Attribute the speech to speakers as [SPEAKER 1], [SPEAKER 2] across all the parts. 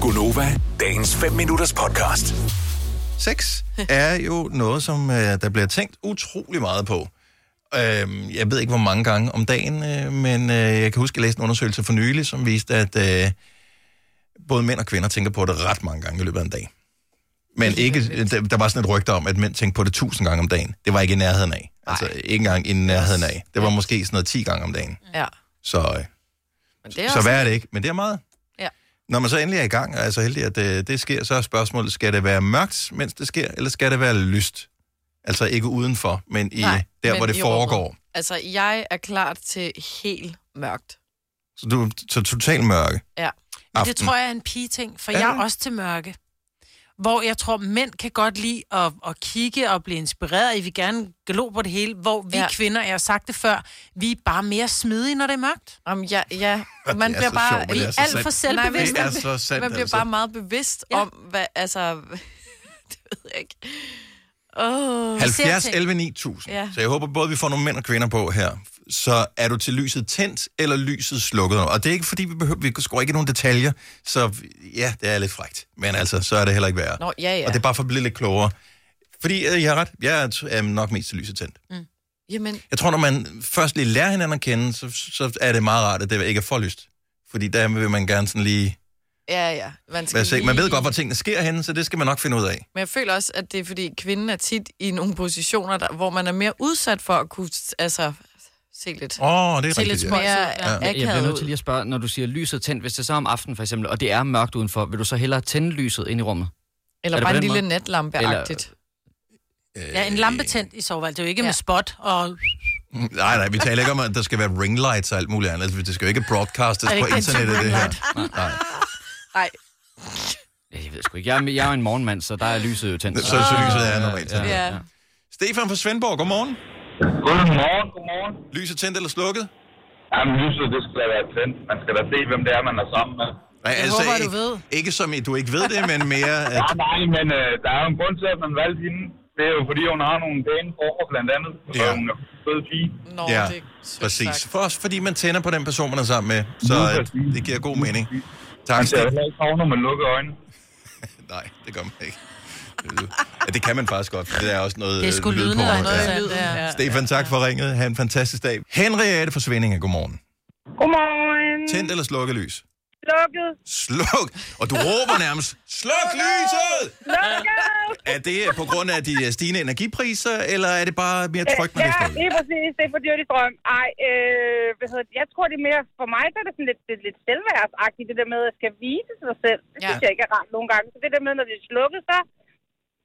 [SPEAKER 1] Gunova, dagens 5 minutters podcast.
[SPEAKER 2] Sex er jo noget, som øh, der bliver tænkt utrolig meget på. Øhm, jeg ved ikke, hvor mange gange om dagen, øh, men øh, jeg kan huske, at jeg læste en undersøgelse for nylig, som viste, at øh, både mænd og kvinder tænker på det ret mange gange i løbet af en dag. Men ikke, der, der var sådan et rygte om, at mænd tænkte på det tusind gange om dagen. Det var ikke i nærheden af. Altså ikke engang i nærheden af. Det var måske sådan noget 10 gange om dagen.
[SPEAKER 3] Ja.
[SPEAKER 2] Så, øh,
[SPEAKER 3] Mm. Men det er
[SPEAKER 2] så
[SPEAKER 3] også...
[SPEAKER 2] hvad er det ikke? Men det er meget.
[SPEAKER 3] Ja.
[SPEAKER 2] Når man så endelig er i gang, og er så heldig, at øh, det, det sker, så er spørgsmålet, skal det være mørkt, mens det sker, eller skal det være lyst? Altså ikke udenfor, men i Nej,
[SPEAKER 3] Nej,
[SPEAKER 2] der,
[SPEAKER 3] men
[SPEAKER 2] hvor det
[SPEAKER 3] i
[SPEAKER 2] foregår.
[SPEAKER 3] rummet. Altså, jeg er klar til helt mørkt.
[SPEAKER 2] Så du så totalt mørke.
[SPEAKER 3] Ja.
[SPEAKER 4] Men
[SPEAKER 2] aften.
[SPEAKER 4] Det tror jeg er en pige-ting, for
[SPEAKER 2] Er
[SPEAKER 4] ja. jeg
[SPEAKER 2] det?
[SPEAKER 4] er også til mørke. Hvor jeg tror, mænd kan godt lide at, at kigge og blive inspireret. I vil gerne glo på det hele. Hvor vi
[SPEAKER 3] Ja.
[SPEAKER 4] ja. kvinder, jeg har sagt det før, vi er bare mere smidige, når det er mørkt.
[SPEAKER 3] Om ja, ja.
[SPEAKER 2] Og
[SPEAKER 3] Man
[SPEAKER 2] det er
[SPEAKER 3] bliver
[SPEAKER 2] så
[SPEAKER 3] bare
[SPEAKER 2] sjovt, men det er
[SPEAKER 3] i
[SPEAKER 2] så
[SPEAKER 3] alt
[SPEAKER 2] sandt.
[SPEAKER 4] For selvbevidst.
[SPEAKER 2] Det er så sandt,
[SPEAKER 3] Man bliver
[SPEAKER 2] altså.
[SPEAKER 3] bare meget bevidst ja.
[SPEAKER 4] Ja.
[SPEAKER 3] om, hvad, altså, det ved jeg ikke. Åh,
[SPEAKER 2] 70,
[SPEAKER 4] ting.
[SPEAKER 2] 11, 9000. Ja.
[SPEAKER 3] Ja.
[SPEAKER 2] Så jeg håber både, vi får nogle mænd og kvinder på her. Så er du til lyset tændt, eller lyset slukket? Og det er ikke, fordi vi behøver, vi skruer ikke i nogen detaljer. Så ja, det er lidt frægt. Men altså, så er det heller ikke værre.
[SPEAKER 3] Nå, ja, ja.
[SPEAKER 2] Og det er bare for at blive lidt klogere. Fordi øh, jeg har ret, jeg er øh, nok mest til lyset tændt.
[SPEAKER 3] Jamen,
[SPEAKER 2] Jeg tror, når man først lige lærer hinanden at kende, så, så er det meget rart, at det ikke er for lyst. Fordi der vil man gerne sådan lige...
[SPEAKER 3] ja, ja. Man, skal
[SPEAKER 2] Være sikker. Man
[SPEAKER 3] lige-
[SPEAKER 2] ved godt, hvor tingene sker henne, så det skal man nok finde ud af.
[SPEAKER 3] Men jeg føler også, at det er fordi, kvinden er tit i nogle positioner, der, hvor man er mere udsat for at kunne altså, se lidt.
[SPEAKER 2] Åh, oh, det er
[SPEAKER 4] Til
[SPEAKER 2] rigtigt.
[SPEAKER 4] lidt
[SPEAKER 2] Ja.
[SPEAKER 4] spøjs.
[SPEAKER 3] Mere
[SPEAKER 4] Ja.
[SPEAKER 3] ja.
[SPEAKER 5] Jeg, jeg bliver
[SPEAKER 3] akavet
[SPEAKER 5] nødt til lige
[SPEAKER 3] ud.
[SPEAKER 5] at spørge, når du siger lyset tændt, hvis det så er om aftenen for eksempel, og det er mørkt udenfor, vil du så hellere tænde lyset ind i rummet?
[SPEAKER 3] Eller
[SPEAKER 5] Er det
[SPEAKER 3] bare
[SPEAKER 5] på
[SPEAKER 3] en
[SPEAKER 5] den
[SPEAKER 3] lille
[SPEAKER 5] måde?
[SPEAKER 3] natlampe-agtigt.
[SPEAKER 4] Ja,
[SPEAKER 2] Øh.
[SPEAKER 4] en lampe tændt i soveværelset. Det er jo ikke ja.
[SPEAKER 3] Ja.
[SPEAKER 4] med spot og...
[SPEAKER 2] Nej, nej, vi taler ikke om, at der skal være ringlights og alt muligt andet. Altså, Det skal jo ikke broadcastes
[SPEAKER 4] Er det
[SPEAKER 2] på
[SPEAKER 4] ikke en
[SPEAKER 2] internettet, det her. Nej.
[SPEAKER 3] Nej,
[SPEAKER 5] Ja, Jeg ved sgu ikke. Jeg, er- jeg er en morgenmand, så der er lyset jo tændt.
[SPEAKER 2] Så, så lyset er normalt tændt.
[SPEAKER 3] ja. ja.
[SPEAKER 2] Stefan fra Svendborg, godmorgen.
[SPEAKER 6] Godmorgen, godmorgen.
[SPEAKER 2] Lyset tændt eller slukket?
[SPEAKER 6] Jamen, lyset, det skal da være tændt. Man skal da se, hvem det er, man er sammen med.
[SPEAKER 2] Nej, jeg
[SPEAKER 4] håber, du
[SPEAKER 2] ikke,
[SPEAKER 4] ved.
[SPEAKER 2] Ikke som i, du ikke ved det, men mere... At,
[SPEAKER 6] Nej, nej, men øh, der er jo en grund til, at man valgte hende. Det er jo, fordi hun har nogle pæne former, blandt andet. Ja.
[SPEAKER 2] Ja.
[SPEAKER 6] Og hun er en fed pige.
[SPEAKER 3] Nå,
[SPEAKER 2] Ja,
[SPEAKER 3] det er sødt
[SPEAKER 2] præcis.
[SPEAKER 3] sagt.
[SPEAKER 2] For også fordi man tænder på den person, man er sammen med. Så øh, det giver god mening. Tak,
[SPEAKER 6] Man ser
[SPEAKER 2] Stefan.
[SPEAKER 6] heller ikke sove, når man lukker øjnene.
[SPEAKER 2] Nej, det gør man ikke. Øh, Ja, det kan man faktisk godt, for det er også noget
[SPEAKER 4] Det er
[SPEAKER 2] øh,
[SPEAKER 4] sgu
[SPEAKER 2] lyd
[SPEAKER 4] lyden,
[SPEAKER 2] på.
[SPEAKER 4] der er
[SPEAKER 2] Ja.
[SPEAKER 4] noget i lyden. Ja.
[SPEAKER 2] Stefan, tak for ringet. Ha' en fantastisk dag. Henriette fra Svindinge, godmorgen.
[SPEAKER 7] Godmorgen.
[SPEAKER 2] Tændt eller slukket lys?
[SPEAKER 7] Lukket.
[SPEAKER 2] Sluk! Og du råber nærmest, sluk lyset!
[SPEAKER 7] Lukket.
[SPEAKER 2] Er det på grund af de øh, stigende energipriser, eller er det bare mere trygt, når det
[SPEAKER 7] Ja,
[SPEAKER 2] er slukket?
[SPEAKER 7] lige præcis. Det er for dyrt i strøm. Ej, øh, hvad hedder det? jeg tror det er mere, for mig der er det sådan lidt, det, er lidt selvværdsagtigt, det der med, at jeg skal vise sig selv. Det
[SPEAKER 3] Ja.
[SPEAKER 7] synes jeg ikke er rart nogle gange. Så det der med, når det er slukket, så,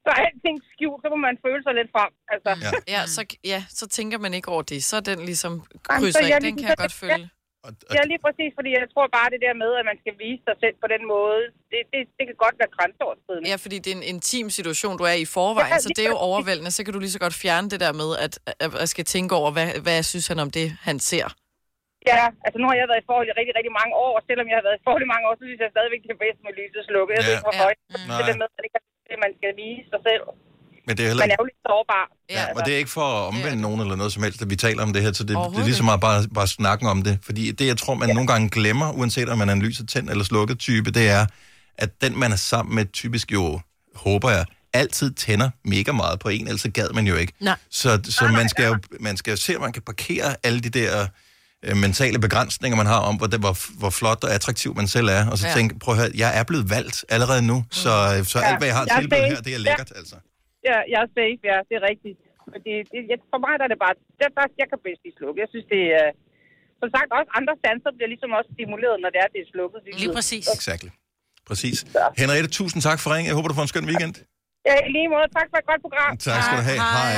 [SPEAKER 7] så er alting skjult, så må man føle sig lidt frem. Altså,
[SPEAKER 2] Ja.
[SPEAKER 3] Ja, så, ja, så tænker man ikke over det. Mm. Så er den ligesom
[SPEAKER 7] Jamen,
[SPEAKER 3] krydser
[SPEAKER 7] så
[SPEAKER 3] ikke.
[SPEAKER 7] jeg
[SPEAKER 3] Den
[SPEAKER 7] ligesom
[SPEAKER 3] kan jeg
[SPEAKER 7] så-
[SPEAKER 3] godt følge.
[SPEAKER 2] Og, og,
[SPEAKER 7] ja, lige præcis, fordi jeg tror bare det der med, at man skal vise sig selv på den måde, det, det, det kan godt være grænseoverskridende.
[SPEAKER 3] Ja, fordi det er en intim situation, du er i i forvejen,
[SPEAKER 7] Ja,
[SPEAKER 3] så
[SPEAKER 7] lige
[SPEAKER 3] det er jo
[SPEAKER 7] præcis.
[SPEAKER 3] overvældende. Så kan du lige så godt fjerne det der med, at at jeg skal tænke over, hvad, hvad synes han om det, han ser.
[SPEAKER 7] Ja, altså nu har jeg været i forhold i rigtig, rigtig mange år, og selvom jeg har været i forhold i mange år, så synes jeg stadigvæk, det er bedst med lyset slukket. Jeg
[SPEAKER 2] Ja.
[SPEAKER 7] ved ikke, hvor
[SPEAKER 3] Ja.
[SPEAKER 7] højt
[SPEAKER 2] Nej.
[SPEAKER 7] det der med, at det kan- det, man skal vise sig selv.
[SPEAKER 2] men det er heller
[SPEAKER 7] Man er
[SPEAKER 2] ikke,
[SPEAKER 7] jo lidt sårbar. Altså,
[SPEAKER 2] ja, og det er ikke for at
[SPEAKER 3] Det er
[SPEAKER 2] omvende
[SPEAKER 3] det.
[SPEAKER 2] nogen eller noget som helst, at vi taler om det her, så det, det er
[SPEAKER 3] Overhovedet
[SPEAKER 2] lige så meget bare, bare snakken om det. Fordi det, jeg tror, man ja. nogle gange glemmer, uanset om man er en lyset tændt eller slukket type, det er, at den, man er sammen med, typisk jo, håber jeg, altid tænder mega meget på en, ellers så gad man jo ikke.
[SPEAKER 4] Nej.
[SPEAKER 2] Så, så man, skal jo, man skal jo se, om man kan parkere alle de der øh, mentale begrænsninger, man har om, hvor, det, hvor, hvor flot og attraktiv man selv er, og så ja.
[SPEAKER 3] Ja.
[SPEAKER 2] tænke, prøv at høre, jeg er blevet valgt allerede nu, så, øh, så alt, hvad jeg har
[SPEAKER 7] Jeg er
[SPEAKER 2] tilbudt her,
[SPEAKER 7] safe.
[SPEAKER 2] det er lækkert, altså.
[SPEAKER 7] Ja, jeg er safe, ja, det er rigtigt. Men det, det, jeg, for mig der er det bare, der, der, jeg kan bedst lide slukket. Jeg synes, det er... øh, Som sagt, også andre sanser bliver ligesom også stimuleret, når det er, det er slukket.
[SPEAKER 4] Lige præcis.
[SPEAKER 2] Exakt. Præcis. Henriette, tusind tak for ringen. Jeg håber, du får en skøn weekend.
[SPEAKER 7] Ja, i lige måde. Tak for et godt program.
[SPEAKER 2] Tak skal du have. Hej.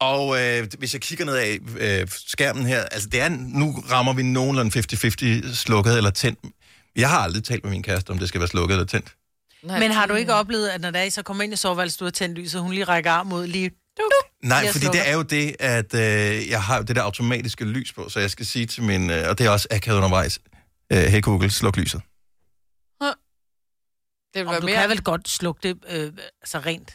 [SPEAKER 2] Og øh, hvis jeg kigger ned af øh, skærmen her, altså det er, nu rammer vi nogenlunde 50-50 slukket eller tændt. Jeg har aldrig talt med min kæreste, om det skal være slukket eller tændt.
[SPEAKER 3] Nej.
[SPEAKER 4] Men har du ikke oplevet, at når der er, I så kommer ind i soveværelset, du har tændt lyset, hun lige rækker arm ud lige...
[SPEAKER 2] Nej,
[SPEAKER 4] Jeg
[SPEAKER 2] fordi
[SPEAKER 4] slukker.
[SPEAKER 2] det er jo det, at øh, jeg har jo det der automatiske lys på, så jeg skal sige til min, øh, og det er også akavet undervejs, øh, hey Google, sluk lyset.
[SPEAKER 3] Det vil
[SPEAKER 4] Om
[SPEAKER 3] være
[SPEAKER 4] du kan
[SPEAKER 3] mere...
[SPEAKER 4] vel godt slukke det øh, altså rent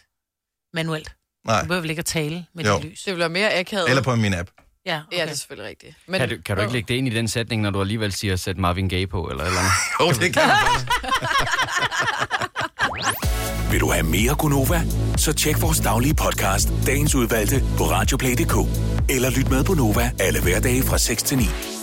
[SPEAKER 4] manuelt.
[SPEAKER 2] Nej,
[SPEAKER 4] Du behøver vel ikke at tale med
[SPEAKER 2] Jo.
[SPEAKER 4] det lys.
[SPEAKER 3] Det vil være mere akavet.
[SPEAKER 2] eller på min app.
[SPEAKER 4] Ja, okay.
[SPEAKER 3] Ja, det er selvfølgelig rigtigt. Men,
[SPEAKER 5] Kan du, kan du ikke lægge det ind i den sætning, når du alligevel siger, sæt Marvin Gaye på, eller eller andet?
[SPEAKER 2] Jo, det kan jeg faktisk.
[SPEAKER 1] Vil du have mere Gunova? Så tjek vores daglige podcast, dagens udvalgte, på radioplay.dk. Eller lyt med på Nova alle hverdage fra 6 til 9.